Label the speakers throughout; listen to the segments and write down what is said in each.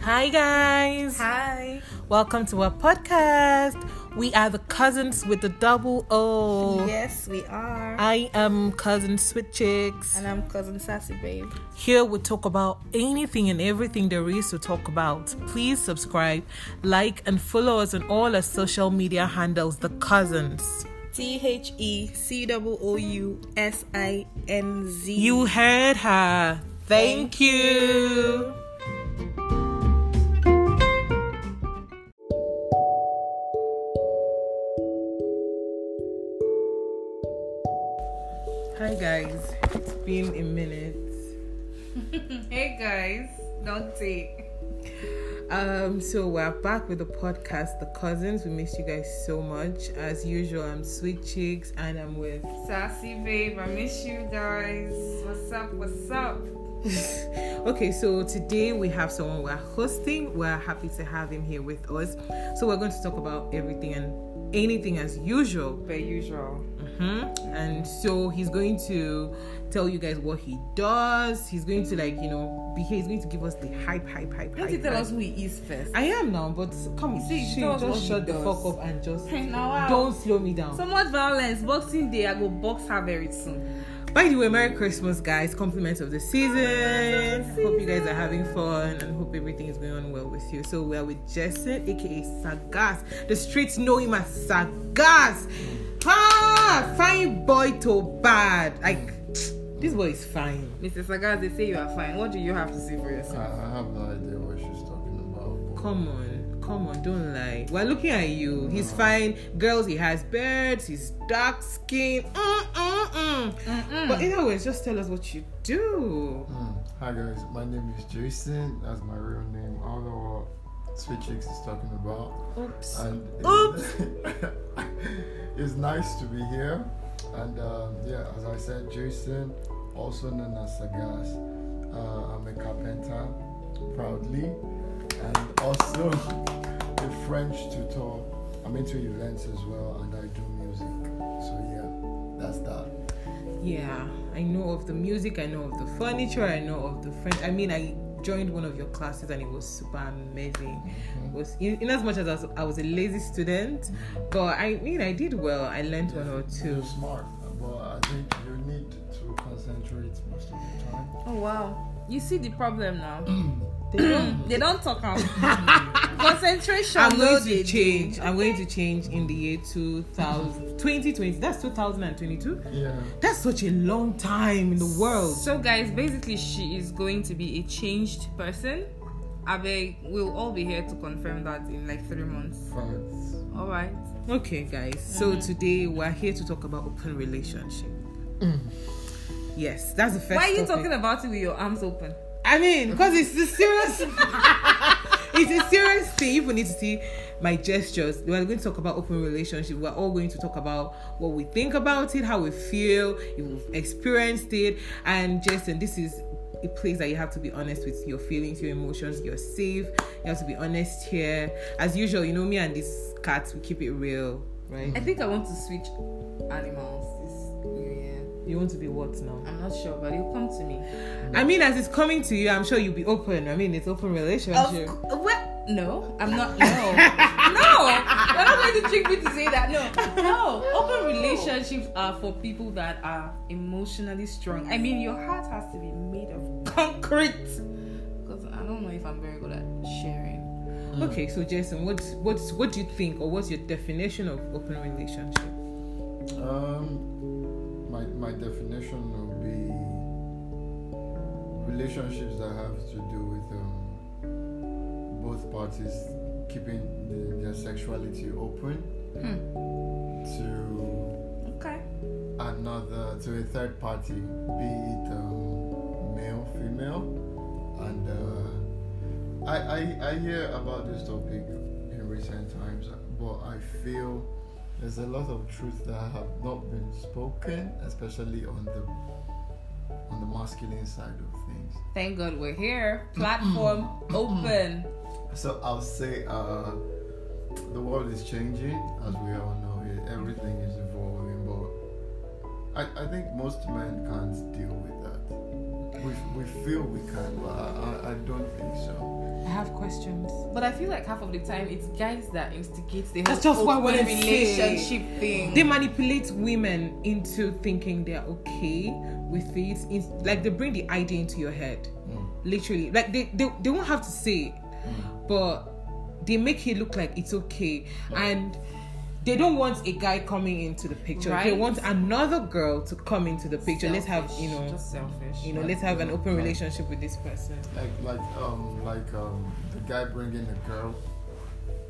Speaker 1: Hi, guys.
Speaker 2: Hi.
Speaker 1: Welcome to our podcast. We are the cousins with the double O.
Speaker 2: Yes, we are.
Speaker 1: I am cousin Sweet Chicks.
Speaker 2: and I'm cousin Sassy Babe.
Speaker 1: Here we talk about anything and everything there is to talk about. Please subscribe, like, and follow us on all our social media handles, the cousins.
Speaker 2: T H E C O O U S I N Z.
Speaker 1: You heard her. Thank, you. Hi guys, it's been a minute.
Speaker 2: Hey guys, don't say.
Speaker 1: Um, so we're back with the podcast, The Cousins. We missed you guys so much. As usual, I'm Sweet Cheeks and I'm with
Speaker 2: Sassy Babe, I miss you guys. What's up? What's up?
Speaker 1: okay, so today we have someone we're hosting. We're happy to have him here with us. So we're going to talk about everything and anything as usual.
Speaker 2: Per usual.
Speaker 1: Mhm. And so he's going to tell you guys what he does. He's going to like you know be here. He's going to give us the hype, hype, hype,
Speaker 2: Don't
Speaker 1: hype.
Speaker 2: you tell
Speaker 1: hype.
Speaker 2: us who he is first?
Speaker 1: I am now, but come on,
Speaker 2: You see, you
Speaker 1: shit,
Speaker 2: tell us what
Speaker 1: just
Speaker 2: he
Speaker 1: shut the
Speaker 2: does.
Speaker 1: fuck up and just
Speaker 2: Now, wow.
Speaker 1: don't slow me down.
Speaker 2: So much violence. Boxing Day, I go box her very soon.
Speaker 1: By the way, Merry Christmas, guys. Compliments of the season. Hope you guys are having fun and hope everything is going on well with you. So, we're with Jessen, aka Sagas. The streets know him as Sagas. Ah, fine boy to bad. Like, this boy is fine.
Speaker 2: Mr. Sagaz, they say you are fine. What do you have to say for yourself?
Speaker 3: I I have no idea what she's talking about. but-
Speaker 1: Come on, come on, don't lie. We're looking at you. He's fine. Girls, he has beards, he's dark skin. Mm, mm, mm. But, anyways, just tell us what you do.
Speaker 3: Hmm. Hi guys, my name is Jason. That's my real name. I don't know what Sweet Chicks is talking about.
Speaker 1: Oops.
Speaker 3: And
Speaker 1: Oops.
Speaker 3: it's nice to be here. And um, yeah, as I said, Jason, also known as Sagas. Uh, I'm a carpenter, proudly, and also a French tutor. I'm into events as well, and I do music. So yeah, that's that.
Speaker 1: Yeah, I know of the music, I know of the furniture, I know of the French. I mean, I joined one of your classes and it was super amazing.
Speaker 2: Mm-hmm.
Speaker 1: It was in, in as much as I was, I was a lazy student, but I mean, I did well. I learned one or oh two.
Speaker 3: You're smart, but I think you need to concentrate most of the time.
Speaker 2: Oh wow. You see the problem now. they don't Hmm, they don't talk out. Concentration.
Speaker 1: I'm
Speaker 2: no,
Speaker 1: going
Speaker 2: they
Speaker 1: to
Speaker 2: do.
Speaker 1: change. I'm going to change in the year 2000, 2020. That's 2022.
Speaker 3: Yeah.
Speaker 1: That's such a long time in the world.
Speaker 2: So guys, basically she is going to be a changed person. Abeg, we'll all be here to confirm that in like three months.
Speaker 3: Facts.
Speaker 2: Alright.
Speaker 1: Okay, guys.
Speaker 2: Mm-hmm.
Speaker 1: So today we're here to talk about open relationship. Yes, that's the first.
Speaker 2: Mm. Why are you
Speaker 1: topic.
Speaker 2: talking about it with your arms open?
Speaker 1: I mean, because it's a serious. it's a serious thing. If we need to see my gestures, we're going to talk about open relationship. We're all going to talk about what we think about it, how we feel, if we've experienced it, and Jason, this is a place that you have to be honest with your feelings, your emotions. You're safe. You have to be honest here, as usual. You know me and these cats, we keep it real, right?
Speaker 2: I think I want to switch animals this new year.
Speaker 1: You want to be what now?
Speaker 2: I'm not sure, but it'll come to me.
Speaker 1: I mean, as it's coming to you, I'm sure you'll be open. I mean, it's open
Speaker 2: Of
Speaker 1: relationship.
Speaker 2: cou- what? No, I'm not. No, no. You're not going to trick me to say that. No, no. Open relationships are for people that are emotionally strong. I mean, your heart has to be made of concrete. Because I don't know if I'm very good at sharing.
Speaker 1: Okay, so Jason, what's what's what do you think, or what's your definition of open relationship?
Speaker 3: Um, my my definition would be relationships that have to do with um, both parties keeping the, their sexuality open to
Speaker 2: Okay.
Speaker 3: another to a third party, be it um, male, female, and uh, I, I I hear about this topic in recent times, but I feel there's a lot of truth that have not been spoken, especially on the on the masculine side of things.
Speaker 2: Thank God we're here. Platform open.
Speaker 3: So I'll say uh, the world is changing, as we all know. it- Everything is evolving, but I, I think most men can't deal with that. We, we feel we can, but I, I, I don't think so.
Speaker 1: I have questions.
Speaker 2: But I feel like half of the time it's guys that instigate the
Speaker 1: That's
Speaker 2: whole
Speaker 1: just what I
Speaker 2: open
Speaker 1: wanted to say.
Speaker 2: relationship thing.
Speaker 1: They manipulate women into thinking they're okay with it. It's like they bring the idea into your head. Literally. Like they, they, they won't have to say it, but they make it look like it's okay. And they don't want a guy coming into the picture. They
Speaker 2: Right.
Speaker 1: want another girl to come into the picture. Let's have, you
Speaker 2: Selfish,
Speaker 1: know,
Speaker 2: just selfish.
Speaker 1: you know, let's have an open relationship with this person.
Speaker 3: Like like um like um the guy bringing the girl,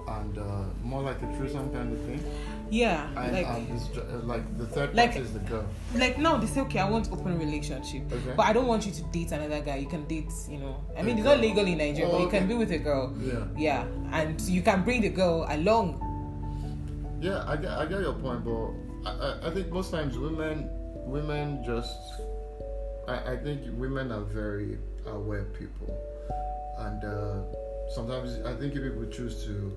Speaker 3: and uh, more like a threesome kind of thing.
Speaker 1: Yeah.
Speaker 3: And,
Speaker 1: like
Speaker 3: and it's ju- uh, like the third
Speaker 1: Like-
Speaker 3: part is the girl.
Speaker 1: like now they say okay i want open relationship
Speaker 3: Okay.
Speaker 1: but i don't want you to date another guy you can date you know i mean
Speaker 3: A
Speaker 1: it's not
Speaker 3: girl.
Speaker 1: legal in nigeria
Speaker 3: Oh,
Speaker 1: but you can
Speaker 3: okay.
Speaker 1: be with a girl
Speaker 3: Yeah.
Speaker 1: yeah and you can bring the girl along
Speaker 3: Yeah, I get, I get your point, but I, I, I think most times women women just I, I think women are very aware people, and uh, sometimes I think people choose to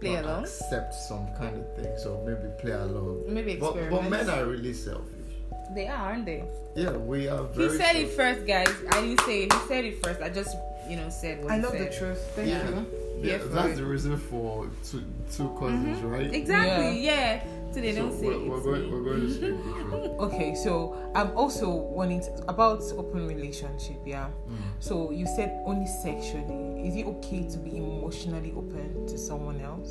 Speaker 2: Play
Speaker 3: not
Speaker 2: along?
Speaker 3: accept some kind of thing, so maybe play along.
Speaker 2: Maybe
Speaker 3: but, but
Speaker 2: experiment.
Speaker 3: men are really selfish.
Speaker 2: They are, aren't they?
Speaker 3: Yeah, we are
Speaker 2: He
Speaker 3: very.
Speaker 2: said it
Speaker 3: selfish.
Speaker 2: first, guys. I didn't say it. He said it first. I just, you know, said what he said.
Speaker 1: truth
Speaker 3: Thank Yeah. you. Yeah,
Speaker 2: Yeah, for
Speaker 3: that's
Speaker 2: it. Mm-hmm.
Speaker 3: the reason for two two cousins, right?
Speaker 2: Exactly. Yeah. So they
Speaker 3: So
Speaker 2: don't say
Speaker 3: we're, we're
Speaker 2: it's
Speaker 3: going
Speaker 2: me.
Speaker 3: we're going to speak the truth.
Speaker 1: okay so i'm also wanting to, about open relationship yeah
Speaker 3: Mm.
Speaker 1: so you said only sexually is it okay to be emotionally open to someone else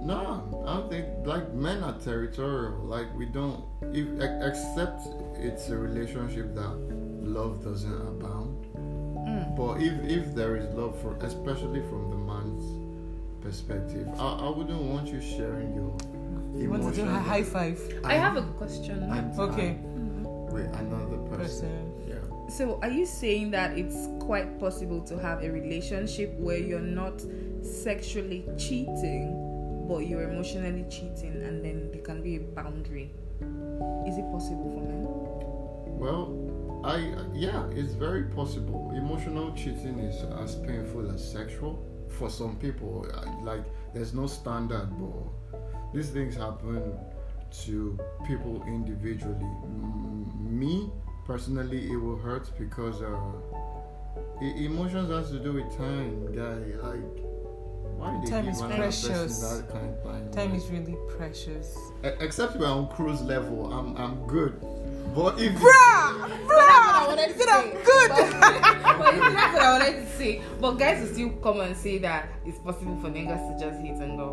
Speaker 3: No, I don't think like men are territorial. Like we don't, if ex- except it's a relationship that love doesn't abound.
Speaker 1: Mm.
Speaker 3: But if if there is love for, especially from the man's perspective, I, I wouldn't want you sharing your Mm.
Speaker 1: you want to do
Speaker 3: emotions
Speaker 1: a high five
Speaker 2: I have a question.
Speaker 3: and time
Speaker 1: okay
Speaker 3: with another person.
Speaker 1: person
Speaker 3: Yeah.
Speaker 2: So, are you saying that it's quite possible to have a relationship where you're not sexually cheating, but you're emotionally cheating, and then there can be a boundary? Is it possible for men?
Speaker 3: Well, I yeah, it's very possible. Emotional cheating is as painful as sexual for some people. I- Like there's no standard, but these things happen to people individually. M- Me personally, it will hurt because uh, e- emotions has to do with time, guy. Like why they
Speaker 1: Time
Speaker 3: give
Speaker 1: is
Speaker 3: another person
Speaker 1: precious.
Speaker 3: that kind of time?
Speaker 1: time
Speaker 3: Like,
Speaker 1: is really precious
Speaker 3: e- except we're on cruise level. I'm I'm good. But if
Speaker 2: wanted to
Speaker 1: Bruh,
Speaker 2: say.
Speaker 1: Ah, I'm good.
Speaker 2: but you see, that's what I wanted to say. But guys will still come and say that it's possible for niggas to just hit and go.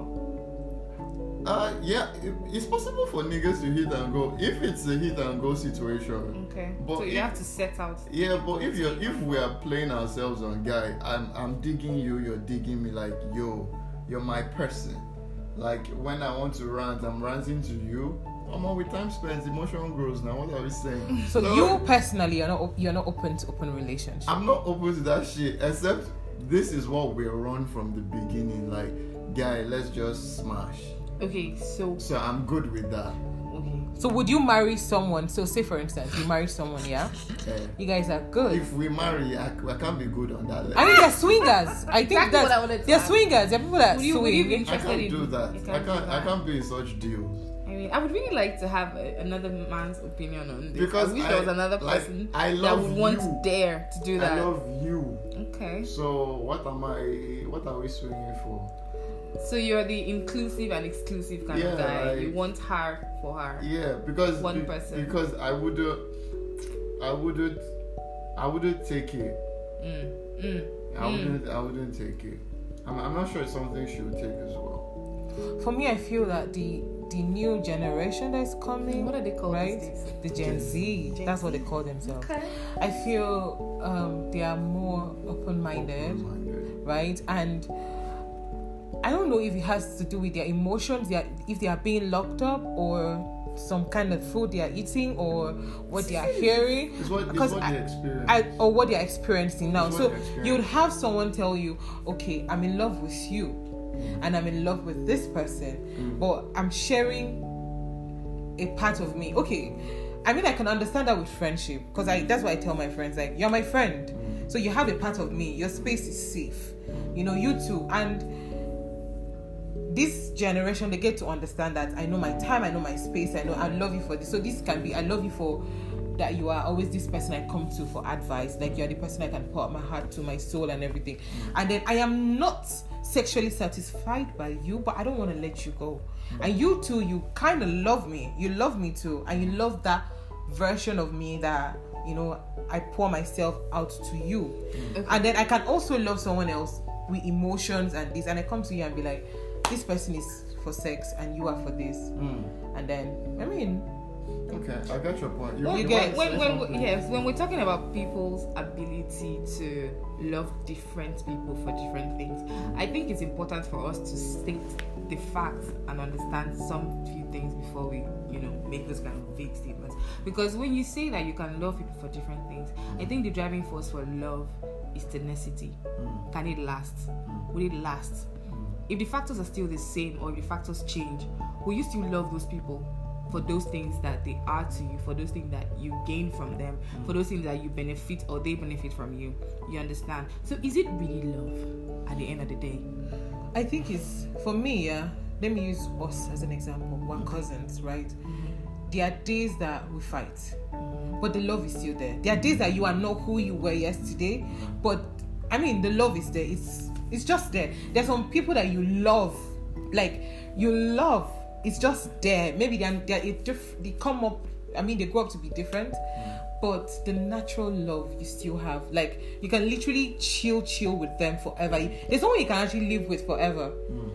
Speaker 3: Uh, yeah, it, it's possible for niggas to hit and go if it's a hit and go situation.
Speaker 2: Okay.
Speaker 3: But
Speaker 2: so you
Speaker 3: if-
Speaker 2: have to set out.
Speaker 3: Yeah, but if you're if we are playing ourselves on guy, I'm I'm digging you, you're digging me like yo, you're my person. Like when I want to rant, I'm ranting to you. I'm all with time spends, emotional grows. Now what are we saying?
Speaker 1: So you personally are not op- you're not open to open relationship.
Speaker 3: I'm not open to that shit, except this is what we run from the beginning. Like, guy, let's just smash.
Speaker 2: Okay. So.
Speaker 3: So I'm good with that.
Speaker 2: Okay.
Speaker 1: So would you marry someone? So say for instance, you marry someone, yeah.
Speaker 3: Eh.
Speaker 1: You guys are good.
Speaker 3: if we marry, I, I can't be good on that level.
Speaker 1: I mean, they're swingers. I think
Speaker 2: Exactly what I wanted
Speaker 1: that
Speaker 2: to
Speaker 1: they're
Speaker 2: ask.
Speaker 1: swingers. They're people that
Speaker 2: Would you- would you be
Speaker 1: swing.
Speaker 3: I
Speaker 2: interested
Speaker 3: can't
Speaker 2: in-
Speaker 3: do that.
Speaker 2: you can't
Speaker 3: I
Speaker 2: do
Speaker 3: can't. I
Speaker 2: that.
Speaker 3: can't be in such deals
Speaker 2: I mean, I would really like to have a, another man's opinion on this.
Speaker 3: because
Speaker 2: I wish there was another
Speaker 3: like,
Speaker 2: person
Speaker 3: I
Speaker 2: that
Speaker 3: love
Speaker 2: would
Speaker 3: you.
Speaker 2: want to dare to do that.
Speaker 3: I love you.
Speaker 2: okay,
Speaker 3: So what am I? What are we swinging for?
Speaker 2: so you're the inclusive and exclusive kind of
Speaker 3: Yeah,
Speaker 2: guy.
Speaker 3: like-
Speaker 2: you want her for her.
Speaker 3: Yeah, because
Speaker 2: One
Speaker 3: be-
Speaker 2: person.
Speaker 3: Because I wouldn't. I wouldn't. I wouldn't take it.
Speaker 2: Mm, mm.
Speaker 3: I wouldn't. I wouldn't take it. I'm, I'm not sure it's something she would take as well.
Speaker 1: For me, I feel that the the new generation that's coming.
Speaker 2: What are they called
Speaker 1: Right,
Speaker 2: these days?
Speaker 1: the Gen Z.
Speaker 2: Gen
Speaker 1: That's what
Speaker 2: Z.
Speaker 1: they call themselves.
Speaker 2: Okay.
Speaker 1: I feel um, they are more
Speaker 2: Hmm.
Speaker 1: open-minded.
Speaker 3: Open-minded.
Speaker 1: right? And I don't know if it has to do with their emotions, their, if they are being locked up, or some kind of food they are eating, or what they are hearing,
Speaker 3: It's what. It's
Speaker 1: Because
Speaker 3: what
Speaker 1: I-
Speaker 3: they experience.
Speaker 1: I, or what they are experiencing now.
Speaker 3: It's what
Speaker 1: So
Speaker 3: they're experiencing.
Speaker 1: you'd have someone tell you, okay, I'm in love with you, and I'm in love with this
Speaker 3: Mm.
Speaker 1: person, but I'm sharing a part of me. Okay, I mean I can understand that with friendship because I that's what I tell my friends like you're my friend,
Speaker 3: Mm.
Speaker 1: so you have a part of me. Your space is safe, you know you too. And this generation they get to understand that I know my time, I know my space, I know I love you for this. So this can be I love you for that you are always this person I come to for advice. Like you're the person I can pour out my heart to, my soul, and everything. And then I am not sexually satisfied by you, but I don't want to let you go. And you too, you kind of love me. You love me too, and you love that version of me that you know I pour myself out to you. And then I can also love someone else with emotions and this, and I come to you and be like, this person is for sex and you are for this, and then I mean.
Speaker 3: Hmm. Okay, I got your point. You,
Speaker 1: Well,
Speaker 3: you
Speaker 1: you get-
Speaker 3: want to
Speaker 2: when,
Speaker 3: say
Speaker 2: when
Speaker 3: something?
Speaker 2: we, yes, when we're talking about people's ability to love different people for different things, I think it's important for us to state the facts and understand some few things before we, you know, make those kind of vague statements. Because when you say that you can love people for different things, I think the driving force for love is tenacity.
Speaker 3: Hmm,
Speaker 2: Can it last? Will it last? If the factors are still the same or if the factors change, will you still love those people for those things that they are to you, for those things that you gain from them, for those things that you benefit or they benefit from you? You understand? So is it really love at the end of the day?
Speaker 1: I think it's for me, yeah. Let me use us as an example. We're cousins, right? There are days that we fight, but the love is still there. There are days that you are not who you were yesterday, but I mean the love is there. It's it's just there. There's some people that you love, like you love. It's just there. Maybe they're, they're it diff- they come up. I mean they grow up to be different, but the natural love you still have like you can literally chill chill with them forever You- there's someone you can actually live with forever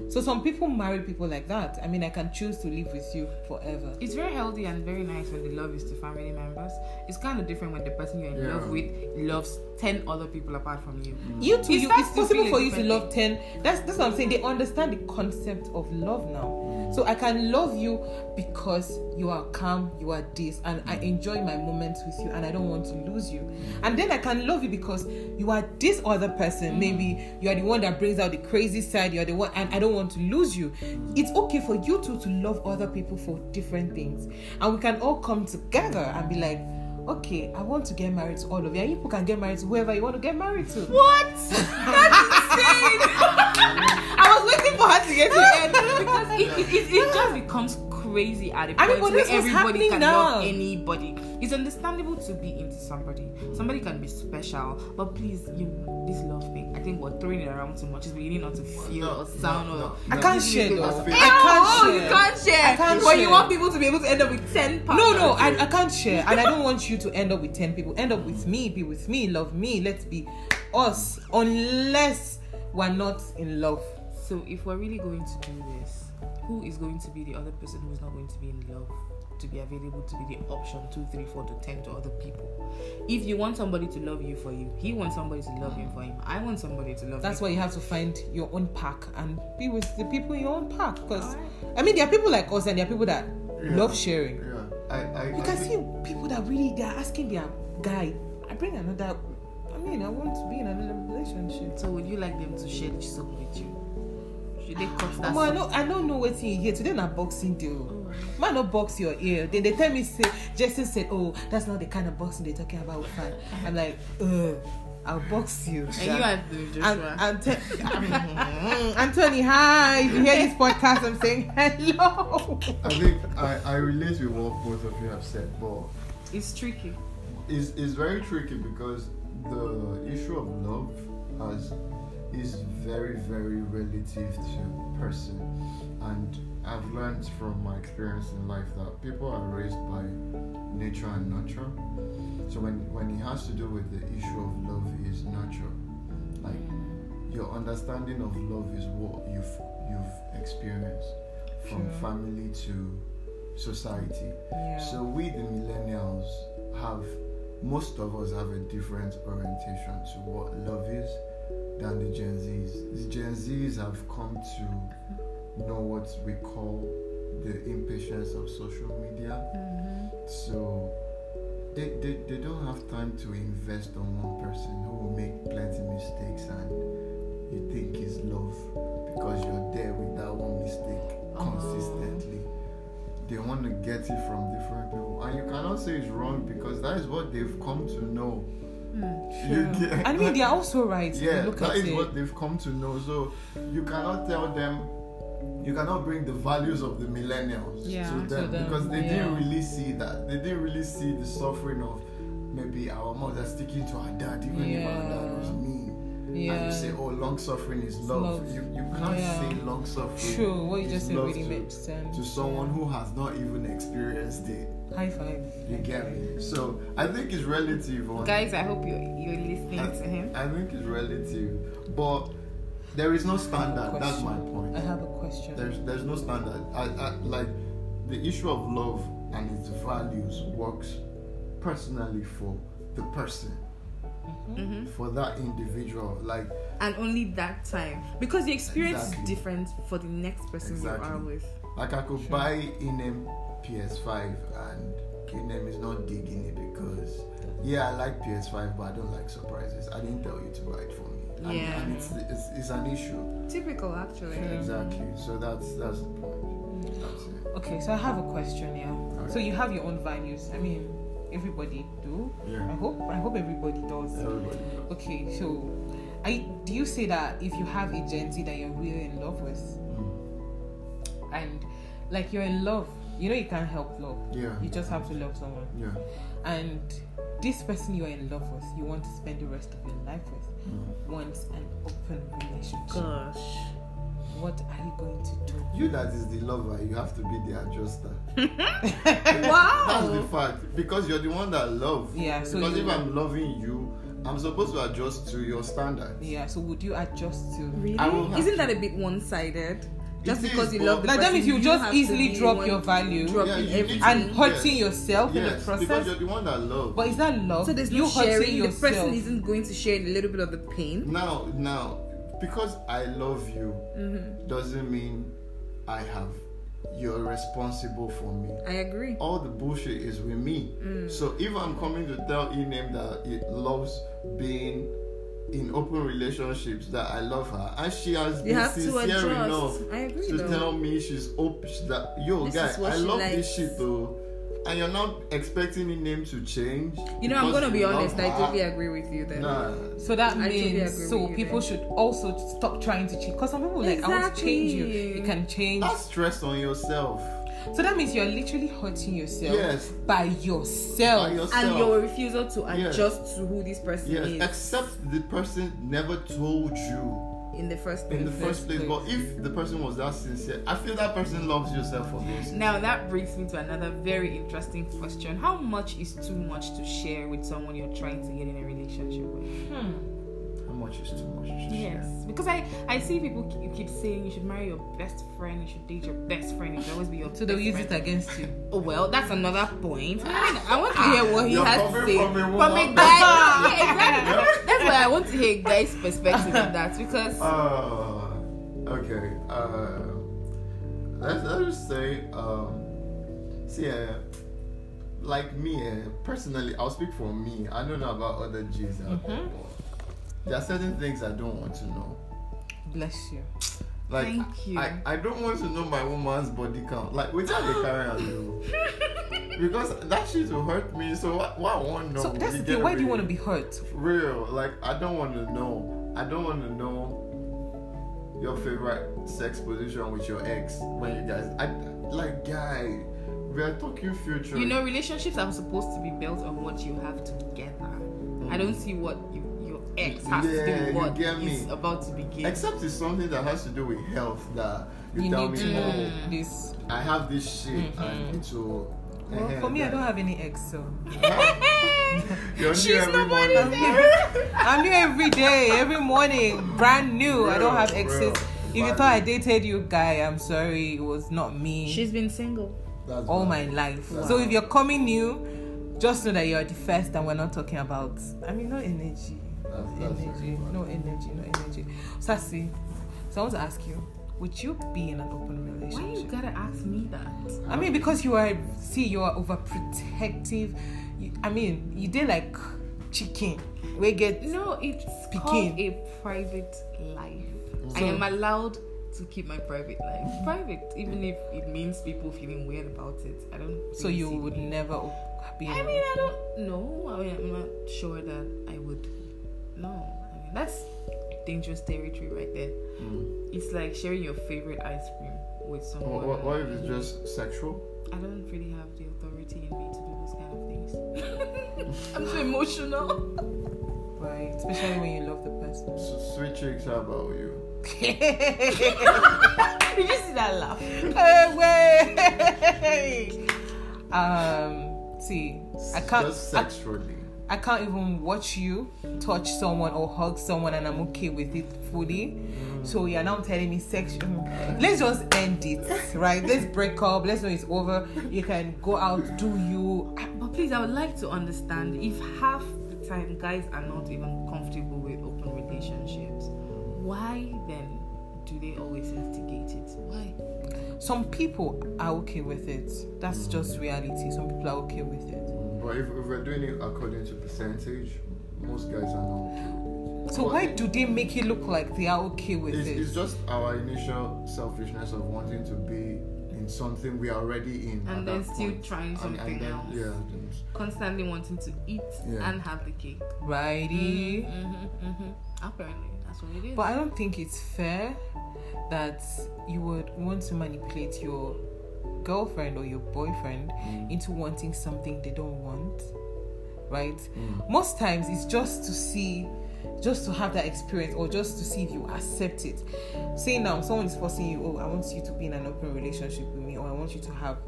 Speaker 1: so some people marry people like that i mean i can choose to live with you forever
Speaker 2: It's very healthy and very nice when the love is to family members. It's kind of different when the person you're in
Speaker 3: Yeah.
Speaker 2: love with loves 10 other people apart from you.
Speaker 1: you too
Speaker 2: It
Speaker 1: you,
Speaker 2: starts
Speaker 1: it's
Speaker 2: to
Speaker 1: possible
Speaker 2: feel
Speaker 1: for you to
Speaker 2: differently.
Speaker 1: love 10 that's that's what i'm saying they understand the concept of love now so i can love you because you are calm you are this and i enjoy my moments with you and i don't want to lose you and then i can love you because you are this other person maybe you are the one that brings out the crazy side you're the one and i don't want to lose you it's okay for you two to love other people for different things and we can all come together and be like okay i want to get married to all of you and you people can get married to whoever you want to get married to
Speaker 2: What? That's insane! I was waiting for her to get to the end because it, it, it, it just becomes crazy at a
Speaker 1: I
Speaker 2: point
Speaker 1: mean, but
Speaker 2: where
Speaker 1: this was
Speaker 2: everybody
Speaker 1: happening
Speaker 2: can
Speaker 1: now.
Speaker 2: love anybody. It's understandable to be into somebody. Somebody can be special, but please, you this love thing. I think we're throwing it around too much. It's beginning not to feel
Speaker 3: No,
Speaker 2: or sound
Speaker 3: no,
Speaker 2: or.
Speaker 3: no,
Speaker 1: I
Speaker 3: no.
Speaker 1: can't share though. I
Speaker 2: Ew,
Speaker 3: Ew,
Speaker 1: can't
Speaker 2: You
Speaker 1: share.
Speaker 2: can't share.
Speaker 1: I can't
Speaker 2: but you
Speaker 1: share.
Speaker 2: want people to be able to end up with ten partners.
Speaker 1: No, no, I, I can't share, and I don't want you to end up with ten people. End up with me, be with me, love me. Let's be us, unless we're not in love.
Speaker 2: So if we're really going to do this, who is going to be the other person who's not going to be in love? To be available to be the option two, three, four to ten to other people. If you want somebody to love you for you, he wants somebody to love him for him. I want somebody to love
Speaker 1: That's
Speaker 2: me.
Speaker 1: why you have to find your own pack and be with the people in your own pack. Because I mean, there are people like us, and there are people that
Speaker 3: Yeah.
Speaker 1: love sharing.
Speaker 3: Yeah, I, I,
Speaker 1: You
Speaker 3: I
Speaker 1: can
Speaker 3: think-
Speaker 1: see people that really they are asking their guy, I bring another. I mean, I want to be in another relationship.
Speaker 2: So would you like them to share the soap with you? Should they cut that?
Speaker 1: Omo, Oh, I
Speaker 2: soap?
Speaker 1: don't, I don't know what's in here. Today, not boxing deal. Man, no box your ear. Then they tell me, say, Justin said, oh, that's not the kind of boxing they're talking about. with fan. I'm like, ugh, I'll box you.
Speaker 2: And you
Speaker 1: Sha.
Speaker 2: are the
Speaker 1: and,
Speaker 2: Joshua.
Speaker 1: and te- Anthony, hi. If you hear this podcast, I'm saying hello.
Speaker 3: I think I, I relate with what both of you have said, but
Speaker 2: it's tricky.
Speaker 3: it's, it's very tricky because the issue of love has is very very relative to person, and I've learned from my experience in life that people are raised by nature and nurture. So when when it has to do with the issue of love is nurture, like your understanding of love is what you've you've experienced from
Speaker 1: True.
Speaker 3: family to society.
Speaker 1: Yeah.
Speaker 3: So we the millennials have most of us have a different orientation to what love is than the Gen Zs. The Gen Zs have come to know what we call the impatience of social media. So they, they, they don't have time to invest on one person who will make plenty mistakes and you think is love because you're there with that one mistake consistently. They want to get it from different people, and you cannot say it's wrong because that is what they've come to know. You get-
Speaker 1: Hmm, I mean, they're also right. if you
Speaker 3: yeah,
Speaker 1: look
Speaker 3: that
Speaker 1: at
Speaker 3: is
Speaker 1: it.
Speaker 3: what they've come to know. So you cannot tell them you cannot bring the values of the millennials
Speaker 1: Yeah,
Speaker 3: to,
Speaker 1: to
Speaker 3: them
Speaker 2: them,
Speaker 3: because they
Speaker 2: yeah.
Speaker 3: didn't really see that. They didn't really see the suffering of maybe our mother sticking to her dad, even if our dad was
Speaker 2: Yeah.
Speaker 3: mean. And
Speaker 2: Yeah.
Speaker 3: you say, oh, long suffering is love.
Speaker 2: love.
Speaker 3: You, you can't
Speaker 2: Yeah.
Speaker 3: say long suffering.
Speaker 1: True, what you
Speaker 3: is
Speaker 1: just said
Speaker 3: love
Speaker 1: really
Speaker 3: to-
Speaker 1: makes sense.
Speaker 3: To someone who has not even experienced it.
Speaker 1: High five.
Speaker 3: You get me? So I think it's relative on
Speaker 2: Guys, I hope you're, you're listening to him.
Speaker 3: I think it's relative, but there is no standard. That's my
Speaker 1: Question.
Speaker 3: point.
Speaker 1: I have a question.
Speaker 3: There's there's no standard. I, I like the issue of love and its values works personally for the person,
Speaker 2: Mm-hmm.
Speaker 3: for that individual. Like
Speaker 2: And only that time. Because the experience
Speaker 3: Exactly.
Speaker 2: is different for the next person you are
Speaker 3: Exactly.
Speaker 2: with.
Speaker 3: like I could buy Inem PS5 and Inem is not digging it because yeah I like PS5 but I don't like surprises. I didn't tell you to buy it for me. And-
Speaker 2: Yeah.
Speaker 3: and it's, it's it's an issue.
Speaker 2: Typical, actually.
Speaker 3: Exactly. So that's that's the point. That's it.
Speaker 1: Okay, so I have a question, yeah.
Speaker 3: Okay.
Speaker 1: So you have your own values. I mean, everybody do.
Speaker 3: Yeah.
Speaker 1: I hope. I hope everybody does.
Speaker 3: Everybody. knows.
Speaker 1: Okay, so I do you say that if you have a Gen Z that you're really in love with,
Speaker 3: Mm.
Speaker 1: and like you're in love, you know you can't help love.
Speaker 3: Yeah.
Speaker 1: You just have to love someone,
Speaker 3: Yeah.
Speaker 1: and this person you're in love with, you want to spend the rest of your life with,
Speaker 3: Mm.
Speaker 1: wants an open relationship.
Speaker 2: Gosh.
Speaker 1: What are you going to do?
Speaker 3: You that is the lover, you have to be the adjuster. That's the
Speaker 2: Wow.
Speaker 3: fact. Because you're the one that love.
Speaker 1: Oh. Yeah, so
Speaker 3: because
Speaker 1: you-
Speaker 3: if I'm loving you, I'm supposed to adjust to your standards.
Speaker 1: Yeah. So would you adjust to?
Speaker 3: I will have
Speaker 2: Isn't that a bit one sided? Just
Speaker 3: It
Speaker 2: because
Speaker 3: is,
Speaker 2: you love
Speaker 3: but-
Speaker 2: the
Speaker 1: Like, that
Speaker 2: person,
Speaker 1: means you just
Speaker 2: have to
Speaker 1: easily
Speaker 2: be
Speaker 1: drop
Speaker 2: one
Speaker 1: your value.
Speaker 2: dropping
Speaker 3: Yeah, you need
Speaker 2: everything.
Speaker 3: to-
Speaker 1: and hurting
Speaker 3: Yes.
Speaker 1: yourself in the
Speaker 3: Yes, because
Speaker 1: process.
Speaker 3: you're the one that love.
Speaker 1: But is that love?
Speaker 2: so there's
Speaker 1: you
Speaker 2: no sharing.
Speaker 1: hurting
Speaker 2: The
Speaker 1: yourself.
Speaker 2: person isn't going to share a little bit of the pain.
Speaker 3: now, now, because I love you
Speaker 2: Mm-hmm.
Speaker 3: doesn't mean I have. You're responsible for me.
Speaker 2: I agree.
Speaker 3: all the bullshit is with me.
Speaker 2: Mm.
Speaker 3: So if I'm coming to tell Inem that it loves being in open relationships, that I love her, and she has
Speaker 2: You
Speaker 3: been
Speaker 2: have to
Speaker 3: sincere
Speaker 2: adjust.
Speaker 3: enough
Speaker 2: I agree,
Speaker 3: to
Speaker 2: though.
Speaker 3: tell me she's open that yo
Speaker 2: This
Speaker 3: guy,
Speaker 2: is what
Speaker 3: I
Speaker 2: she
Speaker 3: love
Speaker 2: likes."
Speaker 3: this shit though. And you're not expecting Inem to change.
Speaker 2: You know, I'm
Speaker 3: because
Speaker 2: gonna be
Speaker 3: you love
Speaker 2: honest. I
Speaker 3: her.
Speaker 2: totally agree with you there.
Speaker 3: Nah,
Speaker 1: So that
Speaker 2: I totally agree
Speaker 1: means so
Speaker 2: with you
Speaker 1: people
Speaker 2: there.
Speaker 1: should also stop trying to cheat. Because some people like I want to change you.
Speaker 2: Exactly.
Speaker 1: You can change.
Speaker 3: that's stress on yourself.
Speaker 1: So that means you're literally hurting yourself
Speaker 3: Yes.
Speaker 1: by
Speaker 3: By
Speaker 1: yourself.
Speaker 3: yourself.
Speaker 2: And your refusal to
Speaker 3: Yes.
Speaker 2: adjust to who this person
Speaker 3: yes,
Speaker 2: is
Speaker 3: except the person never told you
Speaker 2: in the first
Speaker 3: in
Speaker 2: place.
Speaker 3: the first place. But if the person was that sincere, I feel that person loves yourself for this.
Speaker 2: Now that brings me to another very interesting question. How much is too much to share with someone you're trying to get in a relationship with?
Speaker 3: How much is too much? to share?
Speaker 2: Because I, I see people keep, keep saying you should marry your best friend, you should date your best friend, you should always be your
Speaker 1: so
Speaker 2: best
Speaker 1: they'll use
Speaker 2: friend.
Speaker 1: it against you.
Speaker 2: Oh, well, that's another point. I mean, I want to hear what he
Speaker 3: You're
Speaker 2: has to
Speaker 3: coming
Speaker 2: say
Speaker 3: from a woman.
Speaker 2: guy. Yeah, exactly. That's why I want to hear a guy's perspective on that because
Speaker 3: Uh, okay. Uh, let's, let's just say, um, see, uh, like me, uh, personally, I'll speak for me. I don't know about other G's out there, but there are certain things I don't want to know.
Speaker 1: Bless you.
Speaker 3: Like,
Speaker 2: Thank you.
Speaker 3: I, I don't want to know my woman's body count. Like, without the carry and Uh, Because that shit will hurt me. So, why, why I want to know?
Speaker 1: so that's the
Speaker 3: You get
Speaker 1: thing. Why do you
Speaker 3: me?
Speaker 1: want to be hurt?
Speaker 3: real. Like I don't want to know. I don't want to know your favorite sex position with your ex when you guys. I like guy. We are talking future.
Speaker 2: you know relationships are supposed to be built on what you have together. I don't see what you, your ex has to do
Speaker 3: Yeah,
Speaker 2: with
Speaker 3: you
Speaker 2: what
Speaker 3: get me.
Speaker 2: is about to begin.
Speaker 3: Except it's something that has to do with health. That you,
Speaker 1: You
Speaker 3: tell
Speaker 1: need
Speaker 3: me,
Speaker 1: to know this.
Speaker 3: oh, I have this shit. I need to.
Speaker 1: Well,
Speaker 3: Eh,
Speaker 1: for me, I
Speaker 3: like,
Speaker 1: don't have any ex, so
Speaker 3: You're
Speaker 2: She's
Speaker 3: new every
Speaker 2: nobody's
Speaker 3: morning.
Speaker 1: I'm here every day, every morning, brand new. I don't have
Speaker 3: Real,
Speaker 1: exes.
Speaker 3: real.
Speaker 1: If you thought I dated you, guy, I'm sorry, it was not me.
Speaker 2: She's been single.
Speaker 3: That's
Speaker 1: all
Speaker 3: bad.
Speaker 1: my life. So if you're coming new, just know that you're the first, and we're not talking about. I mean, no energy,
Speaker 3: That's-
Speaker 1: no
Speaker 3: that's
Speaker 1: energy,
Speaker 3: very bad.
Speaker 1: no energy, no energy. Sassy, so I want to ask you: Would you be in an open
Speaker 2: Why you
Speaker 1: relationship?
Speaker 2: gotta ask me that?
Speaker 1: I mean, because you are see, you are overprotective. You, I mean, you did like chicken. We get
Speaker 2: No, it's
Speaker 1: Speaking.
Speaker 2: called a private life. I
Speaker 1: So-
Speaker 2: am allowed to keep my private life private, even if it means people feeling weird about it. I don't.
Speaker 1: so
Speaker 2: really
Speaker 1: you
Speaker 2: see-
Speaker 1: would never o- be. in-
Speaker 2: I mean, I don't know. I mean, I'm not sure that I would. No, I mean that's dangerous territory right there.
Speaker 3: Mm.
Speaker 2: It's like sharing your favorite ice cream with someone.
Speaker 3: What, what, what if it's just sexual?
Speaker 2: I don't really have the authority in me to do those kind of things. I'm so emotional.
Speaker 1: Right. Especially when you love the person.
Speaker 3: S- sweet chicks, how about you?
Speaker 2: Did you see that laugh?
Speaker 1: Hey, wait. Um, see, I
Speaker 3: S-
Speaker 1: can't.
Speaker 3: Just
Speaker 1: I,
Speaker 3: sexually.
Speaker 1: I can't even watch you touch someone or hug someone, and I'm okay with it fully.
Speaker 3: Mm.
Speaker 1: So you're now telling me sexual. Let's just end it, right? Let's break up. Let's know it's over. You can go out, do you.
Speaker 2: But please, I would like to understand if half the time guys are not even comfortable with open relationships, why then do they always instigate it? Why?
Speaker 1: Some people are okay with it. That's
Speaker 3: Mm.
Speaker 1: just reality. Some people are okay with it.
Speaker 3: But if, if we're doing it according to percentage, most guys are not okay.
Speaker 1: So why do they make it look like they are okay with
Speaker 3: It's,
Speaker 1: it?
Speaker 3: it's just our initial selfishness of wanting to be in something we are already in.
Speaker 2: And
Speaker 3: at
Speaker 2: then
Speaker 3: that
Speaker 2: still
Speaker 3: point.
Speaker 2: trying
Speaker 3: And-
Speaker 2: something
Speaker 3: and then-
Speaker 2: else.
Speaker 3: Yeah. then-
Speaker 2: Constantly wanting to eat
Speaker 3: Yeah.
Speaker 2: and have the cake.
Speaker 1: Righty.
Speaker 2: Mm-hmm, mm-hmm. Apparently, that's what it is.
Speaker 1: But I don't think it's fair that you would want to manipulate your girlfriend or your boyfriend
Speaker 3: mm.
Speaker 1: into wanting something they don't want, right?
Speaker 3: Mm.
Speaker 1: Most times it's just to see, just to have that experience or just to see if you accept it. Say now someone is forcing you, oh, I want you to be in an open relationship with me, or I want you to have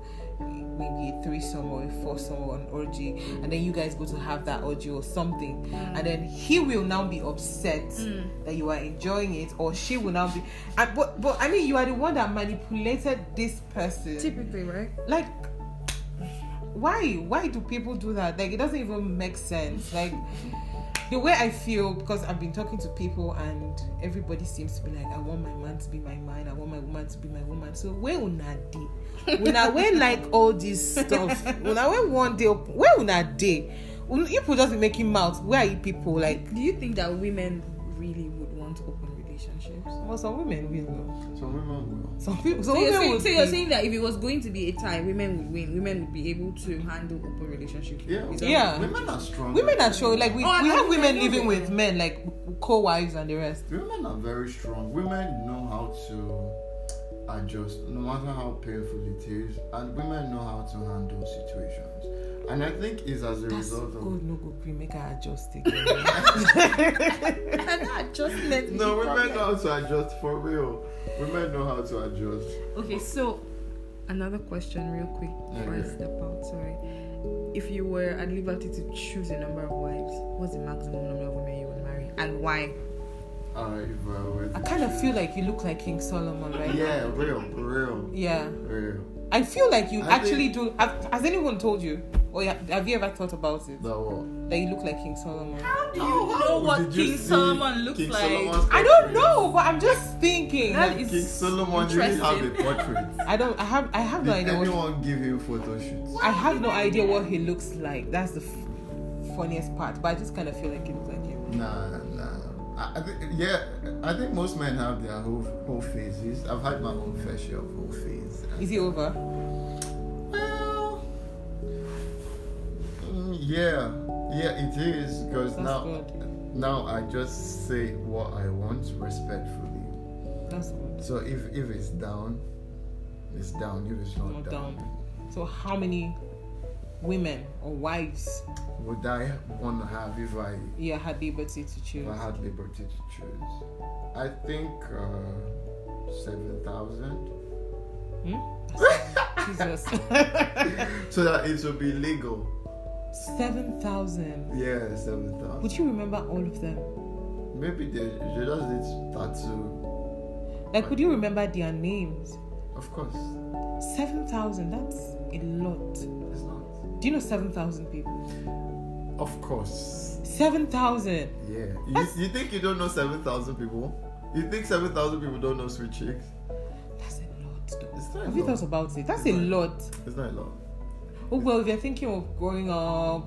Speaker 1: maybe a threesome or a foursome or an orgy, and then you guys go to have that orgy or something, and then he will now be upset that you are enjoying it, or she will now be. And, but but I mean, you are the one that manipulated this person
Speaker 2: typically, right?
Speaker 1: like why why do people do that like it doesn't even make sense like the way i feel because i've been talking to people and everybody seems to be like i want my man to be my man i want my woman to be my woman so where una dey una wey like all this stuff una wey wan dey open where una dey Un- you people just be making mouth where are you people like
Speaker 2: Do you think that women really would want open relationships?
Speaker 1: well some women will know
Speaker 3: Some women will.
Speaker 1: some people some
Speaker 2: So you're,
Speaker 1: women
Speaker 2: saying,
Speaker 1: will
Speaker 2: so you're
Speaker 1: be-
Speaker 2: saying that if it was going to be a tie, women would win. Women would be able to handle open relationships.
Speaker 3: Yeah.
Speaker 2: Is that-
Speaker 1: Yeah.
Speaker 3: Women are strong.
Speaker 1: women are sure like we,
Speaker 2: Oh, I
Speaker 1: we
Speaker 2: like
Speaker 1: have women
Speaker 2: women,
Speaker 1: living
Speaker 2: women.
Speaker 1: with men like co-wives and the rest
Speaker 3: Women are very strong. Women know how to adjust, no matter how painful it is, and women know how to handle situations. And I think it's as a
Speaker 1: That's
Speaker 3: result of
Speaker 1: good, no go pre make her adjust again.
Speaker 2: And that adjustment.
Speaker 3: no women know how to adjust for real. Women know how to adjust.
Speaker 2: Okay, so another question, real quick, before I
Speaker 3: Okay.
Speaker 2: step out. Sorry. If you were at liberty to choose a number of wives, what's the maximum number of women you would marry, and why?
Speaker 3: Alright, if I uh, were
Speaker 1: I
Speaker 3: to
Speaker 1: kind of feel like you look like King Solomon, right?
Speaker 3: Yeah, real, real,
Speaker 1: Yeah.
Speaker 3: real.
Speaker 1: I feel like you
Speaker 3: I
Speaker 1: actually do. Have, has anyone told you? Or ha- have you ever thought about it?
Speaker 3: That what?
Speaker 1: That you look like King Solomon?
Speaker 2: How do you
Speaker 1: Oh,
Speaker 3: Did you see King Solomon's
Speaker 1: I don't
Speaker 3: portrait?
Speaker 1: know, but I'm just thinking.
Speaker 2: That
Speaker 1: like,
Speaker 2: is-
Speaker 3: King Solomon didn't have a
Speaker 2: Interesting.
Speaker 3: portrait.
Speaker 1: I don't. I have. I have
Speaker 3: Did
Speaker 1: no idea. What,
Speaker 3: anyone give him photo shoots?
Speaker 1: I have no idea what he looks like. That's the f- funniest part. But I just kind of feel like he looks like him.
Speaker 3: Nah, nah. I, I think yeah, I think most men have their whole whole phases. I've had my own fair share of whole phase.
Speaker 1: Is he over?
Speaker 3: Well, mm, yeah, yeah, it is because
Speaker 1: That's
Speaker 3: now
Speaker 1: good.
Speaker 3: now I just say what I want respectfully.
Speaker 1: That's good.
Speaker 3: So if if it's down, it's down. If it's not,
Speaker 1: Not
Speaker 3: down,
Speaker 1: down. So how many women or wives?
Speaker 3: would I want to have if I
Speaker 1: Yeah, had liberty to choose.
Speaker 3: if I had liberty to choose? I think uh, seven thousand.
Speaker 1: Jesus.
Speaker 3: so that it will be legal.
Speaker 1: 7,000.
Speaker 3: Yeah, seven thousand.
Speaker 1: Would you remember all of them?
Speaker 3: Maybe they, they just did tattoo.
Speaker 1: Like, would you remember their names?
Speaker 3: Of course,
Speaker 1: 7,000, that's a lot.
Speaker 3: it's not.
Speaker 1: Do you know 7,000 people?
Speaker 3: Of course,
Speaker 1: 7,000.
Speaker 3: yeah. You, you think you don't know seven thousand people? You think seven thousand people don't know sweet chicks?
Speaker 1: That's a lot, though.
Speaker 3: It's not
Speaker 1: Have
Speaker 3: a
Speaker 1: you thought
Speaker 3: lot.
Speaker 1: about it? That's a lot.
Speaker 3: It's not a lot.
Speaker 1: Oh, well, if you're thinking of growing up,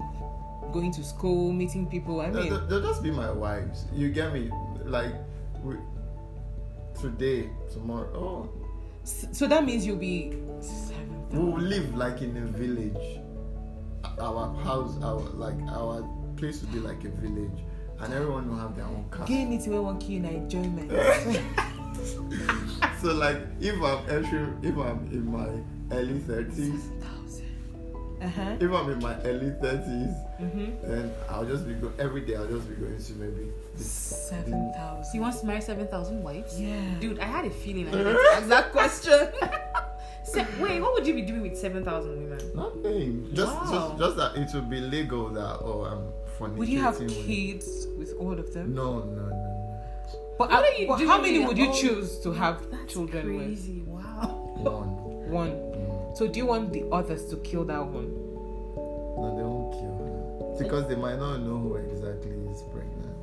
Speaker 1: going to school, meeting people, I
Speaker 3: They'll,
Speaker 1: mean,
Speaker 3: they'll- they'll just be my wives. You get me? Like we, today, tomorrow. Oh,
Speaker 1: s- so that means you'll be 7,000.
Speaker 3: we'll live like in a village. Our house, our like our place will be like a village, and everyone will have their own car.
Speaker 1: Gay needs to wear one key in enjoyment.
Speaker 3: so like if I'm entering, if I'm in my early thirties,
Speaker 1: Uh huh.
Speaker 3: if I'm in my early thirties,
Speaker 1: Mm-hmm.
Speaker 3: then I'll just be go every day. I'll just be going to maybe
Speaker 1: Seven
Speaker 2: He
Speaker 1: thousand.
Speaker 2: wants to marry 7,000 wives?
Speaker 1: Yeah.
Speaker 2: Dude, I had a feeling I needed to ask that question. Se- wait, what would you be doing with 7,000 women?
Speaker 3: nothing. Just
Speaker 2: Wow.
Speaker 3: just just that it will be legal that oh I'm funny.
Speaker 1: Would you have kids with all of them?
Speaker 3: No no no.
Speaker 1: But,
Speaker 2: What
Speaker 1: uh,
Speaker 2: are you
Speaker 1: but
Speaker 2: doing
Speaker 1: how many
Speaker 2: with
Speaker 1: would
Speaker 2: your
Speaker 1: you
Speaker 2: own-
Speaker 1: choose to have children
Speaker 2: Crazy, wow.
Speaker 3: no. One.
Speaker 1: with? One. So do you want the others to kill that one?
Speaker 3: No, they won't kill her. Because they might not know who exactly is pregnant.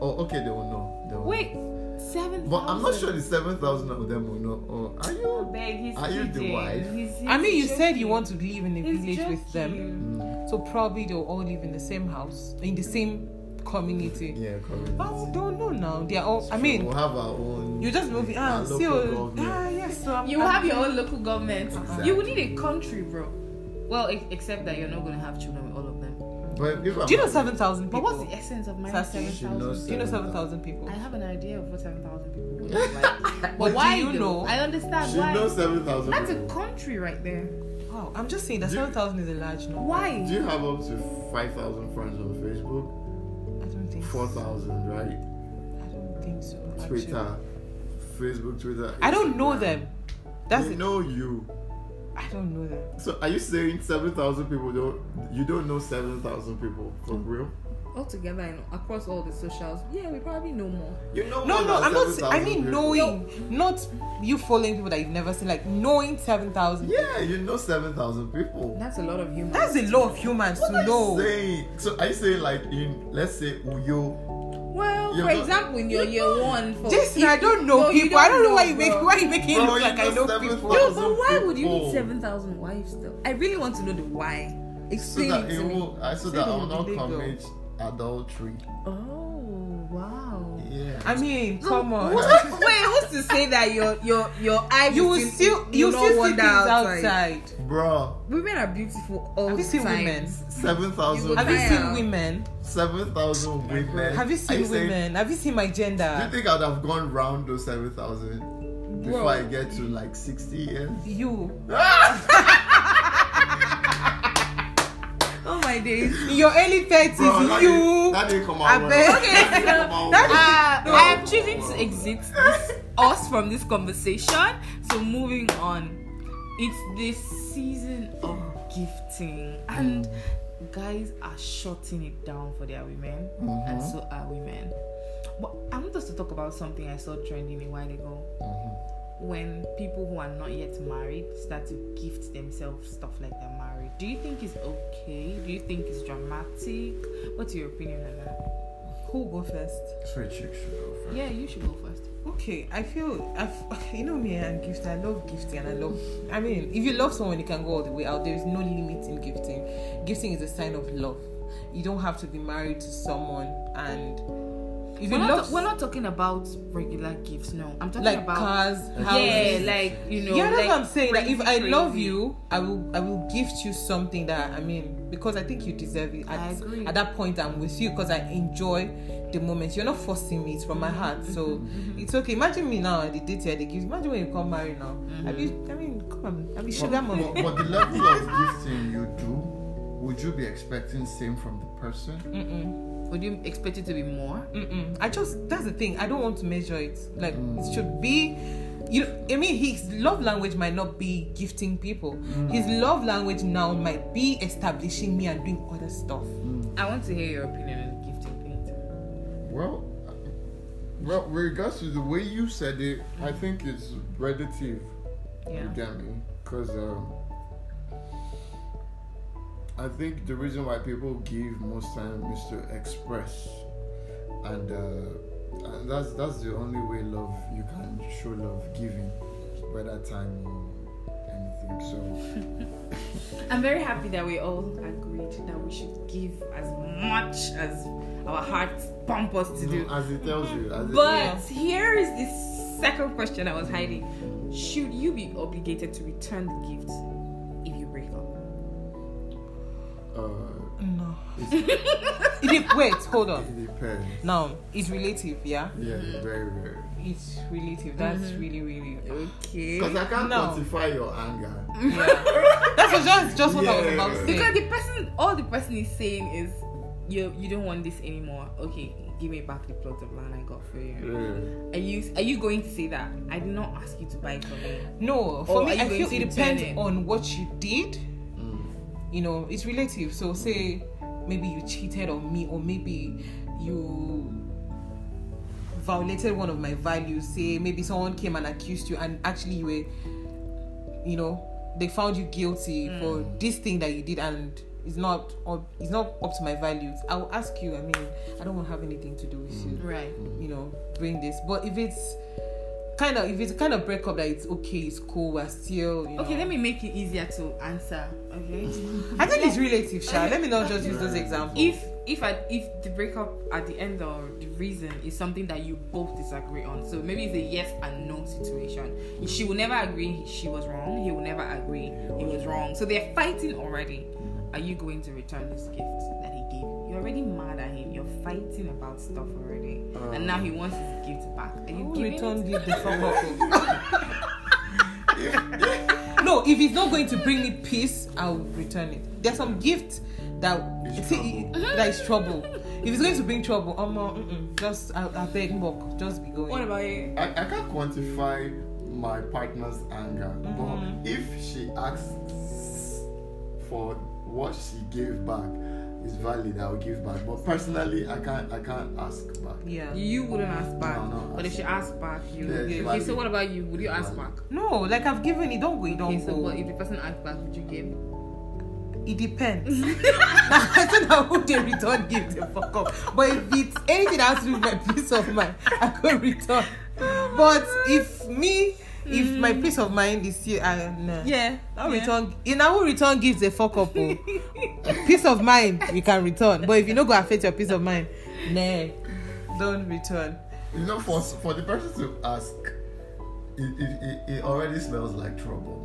Speaker 3: Oh, okay, they will know. They will
Speaker 2: Wait,
Speaker 3: know.
Speaker 2: 7,000?
Speaker 3: But I'm not sure the 7,000 of them will know. Oh, are you?
Speaker 2: Beg, he's
Speaker 3: Are you the
Speaker 2: kidding.
Speaker 3: wife?
Speaker 2: He's-
Speaker 1: I
Speaker 2: he's
Speaker 1: mean, you said you
Speaker 2: joking.
Speaker 1: want to live in a
Speaker 2: He's
Speaker 1: village with them,
Speaker 2: joking.
Speaker 3: Mm,
Speaker 1: so probably they'll all live in the same house in the same community.
Speaker 3: yeah, correct.
Speaker 1: But we don't know now. They're all. I
Speaker 3: So
Speaker 1: mean,
Speaker 3: we'll have our own.
Speaker 1: you just move it.
Speaker 3: our
Speaker 1: Ah,
Speaker 3: local
Speaker 1: see, oh,
Speaker 3: government.
Speaker 1: ah, yes. So I'm,
Speaker 2: You
Speaker 1: I'm-
Speaker 2: have your own local government.
Speaker 3: Exactly.
Speaker 2: You would need a country, bro. Well, e- except that you're not going to have children with all of them.
Speaker 3: But if I'm
Speaker 1: Do you know
Speaker 3: having-
Speaker 1: seven thousand people?
Speaker 2: But what's the essence of marrying
Speaker 1: Sassy.
Speaker 3: She knows
Speaker 2: 7,000?
Speaker 1: Do you know seven thousand people?
Speaker 2: I have an idea of what 7,000 people would look like. But,
Speaker 1: But do
Speaker 2: why
Speaker 1: you
Speaker 2: though?
Speaker 1: know-
Speaker 2: I understand
Speaker 3: She
Speaker 2: why.
Speaker 3: knows 7,000.
Speaker 2: That's a
Speaker 3: people.
Speaker 2: country right there.
Speaker 1: Wow, I'm just saying that
Speaker 3: Do you-
Speaker 1: seven thousand is a large number.
Speaker 2: Why?
Speaker 3: Do you have up to 5,000 friends on Facebook?
Speaker 1: I don't think.
Speaker 3: 4,000, right?
Speaker 1: I don't think so. actually.
Speaker 3: Twitter. Facebook, Twitter.
Speaker 1: I don't know
Speaker 3: Instagram.
Speaker 1: them. That's
Speaker 3: they
Speaker 1: it.
Speaker 3: know you.
Speaker 1: I don't know them.
Speaker 3: So are you saying seven thousand people don't you don't know seven thousand people for
Speaker 1: Mm.
Speaker 3: real?
Speaker 2: Altogether and across all the socials, yeah, we probably know more.
Speaker 3: You know
Speaker 1: No,
Speaker 3: more
Speaker 1: no,
Speaker 3: than
Speaker 1: I'm not. s-
Speaker 3: 7,000
Speaker 1: I mean,
Speaker 3: people.
Speaker 1: knowing, not you following people that you've never seen, like knowing 7,000.
Speaker 3: Yeah, you know seven thousand people.
Speaker 2: That's a lot of humans.
Speaker 1: That's a lot of humans
Speaker 3: What are
Speaker 1: to
Speaker 3: you
Speaker 1: know.
Speaker 3: saying? So are you saying like in let's say Uyo?
Speaker 2: well,
Speaker 3: You're
Speaker 2: for
Speaker 3: not-
Speaker 2: example, in your year one, for
Speaker 1: Jason,
Speaker 2: if-
Speaker 1: I don't know
Speaker 2: no, you
Speaker 1: people. I don't know why you
Speaker 2: bro.
Speaker 1: make why you make it
Speaker 3: Bro,
Speaker 1: look
Speaker 3: you
Speaker 1: like I
Speaker 3: know
Speaker 1: know
Speaker 3: 7,000
Speaker 1: people.
Speaker 2: Yo, but why
Speaker 3: Oh.
Speaker 2: would you
Speaker 3: people.
Speaker 2: need seven thousand wives though? I really want to know the why.
Speaker 3: So
Speaker 2: Explain
Speaker 3: that
Speaker 2: it
Speaker 3: it
Speaker 2: to me.
Speaker 3: will I so
Speaker 1: Say
Speaker 3: that
Speaker 1: they
Speaker 3: I will
Speaker 1: will
Speaker 3: not
Speaker 1: be legal.
Speaker 3: commit adultery.
Speaker 2: Oh wow.
Speaker 3: Yeah.
Speaker 1: I mean,
Speaker 2: So,
Speaker 1: come on.
Speaker 2: who- Wait, who's to say that your your your eye?
Speaker 1: You will
Speaker 2: between-
Speaker 1: still
Speaker 2: will
Speaker 1: you
Speaker 2: not
Speaker 1: still see
Speaker 2: wander
Speaker 1: things outside.
Speaker 3: Bro,
Speaker 2: Women are beautiful all
Speaker 1: Have you seen
Speaker 2: times.
Speaker 1: women?
Speaker 3: seven
Speaker 2: You
Speaker 3: thousand
Speaker 1: Have you
Speaker 2: Tired.
Speaker 1: seen women?
Speaker 3: seven thousand women.
Speaker 1: Have you
Speaker 3: Are
Speaker 1: seen
Speaker 3: saying-
Speaker 1: women? Have you seen my
Speaker 3: do you
Speaker 1: gender?
Speaker 3: think I'd have gone round those seven thousand before
Speaker 2: Bro.
Speaker 3: I get to like sixty years?
Speaker 1: You,
Speaker 2: Oh my days.
Speaker 1: in your early thirties,
Speaker 3: Bro, that
Speaker 1: you.
Speaker 3: didn't- that didn't come
Speaker 1: I
Speaker 3: out well.
Speaker 1: bet.
Speaker 2: Okay,
Speaker 3: That didn't
Speaker 2: so,
Speaker 3: come out
Speaker 1: that-
Speaker 3: well.
Speaker 2: Uh,
Speaker 1: No.
Speaker 2: I am choosing to exit this, us from this conversation. So moving on, it's this season of gifting, and guys are shutting it down for their women,
Speaker 1: Mm-hmm.
Speaker 2: and so are women. But I want us to talk about something I saw trending a while ago.
Speaker 3: Mm-hmm.
Speaker 2: When people who are not yet married start to gift themselves stuff like they're married, do you think it's okay? Do you think it's dramatic? What's your opinion on that?
Speaker 1: Who will go first?
Speaker 3: That's where chicks should go first.
Speaker 2: Yeah, you should go first.
Speaker 1: Okay, I feel I've, you know me. I'm gifted. I love gifting, and I love. I mean, if you love someone, you can go all the way out. There is no limit in gifting. Gifting is a sign of love. You don't have to be married to someone, and if you
Speaker 2: We're not,
Speaker 1: love,
Speaker 2: we're not talking about regular gifts, no. I'm talking
Speaker 1: like
Speaker 2: about
Speaker 1: cars,
Speaker 2: yeah,
Speaker 1: houses.
Speaker 2: like you know,
Speaker 1: yeah, that's
Speaker 2: like
Speaker 1: what I'm saying. Like, if I
Speaker 2: crazy,
Speaker 1: love
Speaker 2: crazy.
Speaker 1: you, I will, I will gift you something that I mean because I think you deserve it. At,
Speaker 2: I agree.
Speaker 1: At that point, I'm with you because I enjoy the moment. You're not forcing me. It's from my heart, so
Speaker 2: Mm-hmm,
Speaker 1: it's okay. Imagine me now at the date here, they give. Imagine when you come married now.
Speaker 2: Mm-hmm.
Speaker 1: I be, I mean, come on, I be sugar
Speaker 3: But,
Speaker 1: mama.
Speaker 3: but, but the level of gifting you do, would you be expecting same from the person?
Speaker 1: Mm-mm,
Speaker 2: would you expect it to be more?
Speaker 1: mm-mm. I just that's the thing. I don't want to measure it. Like
Speaker 3: Mm.
Speaker 1: it should be. You know, I mean, his love language might not be gifting people.
Speaker 3: Mm.
Speaker 1: His love language now might be establishing me and doing other stuff.
Speaker 2: I want to hear your opinion on the gifting thing. too.
Speaker 3: Well, uh, well, with regards to the way you said it, I think it's relative, you
Speaker 2: Yeah,
Speaker 3: get me? Because um, I think the reason why people give most time is to express, and, uh, and that's that's the only way love you can show love giving, whether time or anything. So.
Speaker 2: I'm very happy that we all agreed that we should give as much as our hearts pump us to do.
Speaker 3: No, as it tells you. As
Speaker 2: But here is the second question I was hiding: Should you be obligated to return the gift if you break up?
Speaker 3: it, uh,
Speaker 1: No.
Speaker 3: it's,
Speaker 1: It dep- wait, hold on.
Speaker 3: It depends.
Speaker 1: Now it's relative, yeah. Mm-hmm.
Speaker 3: Yeah, very, very.
Speaker 1: It's relative. That's really, really.
Speaker 2: Okay.
Speaker 3: Because I can't
Speaker 1: No.
Speaker 3: quantify your anger.
Speaker 1: Yeah. That's what, just just what I was
Speaker 3: Yeah.
Speaker 1: about to say.
Speaker 2: Because the person, all the person is saying is, you you don't want this anymore. Okay, give me back the plot of land I got for you.
Speaker 3: Yeah.
Speaker 2: Are you are you going to say that? I did not ask you to buy it for me.
Speaker 1: No, for
Speaker 2: Or
Speaker 1: me,
Speaker 2: are you
Speaker 1: I
Speaker 2: going
Speaker 1: feel
Speaker 2: to
Speaker 1: it
Speaker 2: return
Speaker 1: depends
Speaker 2: it?
Speaker 1: on what you did.
Speaker 3: Mm.
Speaker 1: You know, it's relative. So, say maybe you cheated on me, or maybe you violated one of my values. Say maybe someone came and accused you, and actually you were, you know, they found you guilty
Speaker 2: Mm.
Speaker 1: for this thing that you did, and it's not up, it's not up to my values. I will ask you. I mean, I don't want to have anything to do with you
Speaker 2: Right.
Speaker 1: you know bring this but if it's kind of if it's kind of breakup that it's okay it's cool we're still you know
Speaker 2: Okay, let me make it easier to answer. Okay.
Speaker 1: i think it's relative sha let me not just use those examples
Speaker 2: if if I, if the breakup at the end or the reason is something that you both disagree on, so maybe it's a yes and no situation. She will never agree she was wrong. He will never agree he was wrong. So they're fighting already. Are you going to return his gift that he gave you? You're already mad at him. You're fighting about stuff already, and now he wants his gift back. Are you
Speaker 1: Who
Speaker 2: giving
Speaker 1: returned
Speaker 2: it?
Speaker 1: it the fuck up no if it's not going to bring me peace i'll return it there's some gift that
Speaker 3: It's
Speaker 1: see, that is trouble if it's going to bring trouble um, mm just i, I beg Mbok, just be going
Speaker 2: What about you?
Speaker 3: I, I can't quantify my partner's anger, but if she asks for what she gave back, it's valid. I'll give back. But personally, I can't. I can't ask back.
Speaker 1: yeah
Speaker 2: You wouldn't ask back,
Speaker 3: no,
Speaker 2: but if
Speaker 3: ask
Speaker 2: she asked back, you
Speaker 3: Yeah,
Speaker 2: would.
Speaker 3: it's
Speaker 2: Okay, so
Speaker 3: valid.
Speaker 2: what about you? Would you
Speaker 3: It's
Speaker 2: ask
Speaker 3: valid.
Speaker 2: back?
Speaker 1: no like i've given it don't go it don't
Speaker 2: Okay, so
Speaker 1: go
Speaker 2: what if the person asked back, would you give?
Speaker 1: It depends. I don't know who they return gift the fuck up. But if it's anything that has to do with my peace of mind, I could return. But if me, if my peace of mind is here, I nah.
Speaker 2: Mm. Yeah.
Speaker 1: I'll return. You know who return gives a fuck up. oh. peace of mind, you can return. But if you don't go affect your peace of mind, nah, don't return.
Speaker 3: You know, for for the person to ask, it it, it, it already smells like trouble.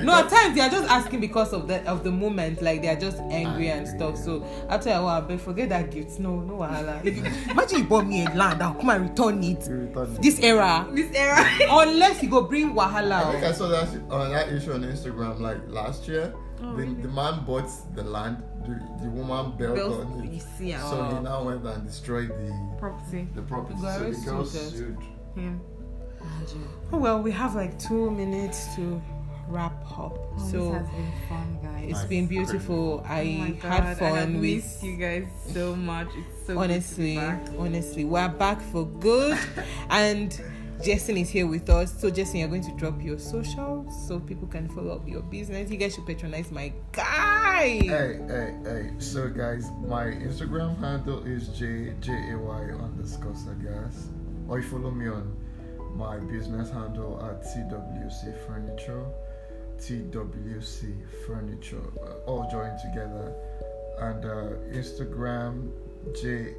Speaker 1: No, at times they are just asking because of the of the moment, like they are just angry and stuff. So after a while, but forget that gift. No, no wahala. If you, imagine you bought me a land, I'll come and return it.
Speaker 3: You return it.
Speaker 1: This era,
Speaker 2: This era.
Speaker 1: unless you go bring
Speaker 3: I think
Speaker 1: wahala.
Speaker 3: I saw that sh- uh, that issue on Instagram like last year. the, the man bought the land, the, the woman built
Speaker 2: Built-
Speaker 3: on it.
Speaker 2: you see, ah.
Speaker 3: so he now went and destroyed the
Speaker 2: Property.
Speaker 3: the property.
Speaker 1: Well,
Speaker 3: So
Speaker 1: it's
Speaker 3: the girl
Speaker 1: suited.
Speaker 3: sued.
Speaker 2: Yeah.
Speaker 1: Oh, well, we have like two minutes to wrap up.
Speaker 2: Oh,
Speaker 1: so
Speaker 2: been fun, guys. Oh
Speaker 1: it's been beautiful. I had
Speaker 2: I have
Speaker 1: fun with
Speaker 2: missed you guys so much. It's so good to be
Speaker 1: honestly
Speaker 2: back.
Speaker 1: honestly we're back for good and Jason is here with us so Jason you're going to drop your social so people can follow up your business you guys should patronize my guy
Speaker 3: Hey, hey, hey. So guys, my Instagram handle is J J A Y underscore sagas. Or you follow me on my business handle at TWC Furniture. TWC Furniture. uh, all joined together. And uh, Instagram J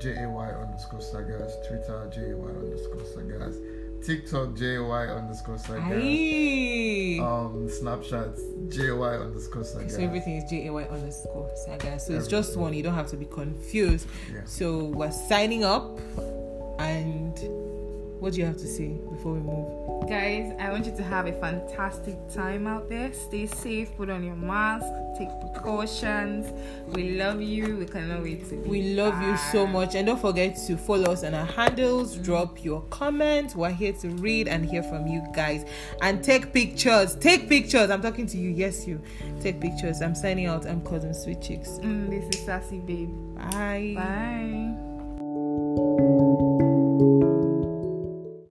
Speaker 3: J A Y underscore sagas. Twitter J A Y underscore sagas. TikTok J A Y underscore sagas.
Speaker 1: Aye.
Speaker 3: Um, Snapchat J A Y underscore
Speaker 2: Oh,
Speaker 3: sagas.
Speaker 1: so everything is J-A-Y underscore saga so it's just one you don't have to be confused
Speaker 3: Yeah.
Speaker 1: so we're signing up and what do you have to say before we move
Speaker 2: Guys, I want you to have a fantastic time out there. Stay safe, put on your mask, take precautions. We love you. We cannot wait to be
Speaker 1: we love you so
Speaker 2: back.
Speaker 1: much and don't forget to follow us on our handles drop your comments we're here to read and hear from you guys and take pictures take pictures i'm talking to you yes you take pictures i'm signing out i'm cousin sweet chicks
Speaker 2: Mm, this is Sassy Babe.
Speaker 1: bye
Speaker 2: Bye.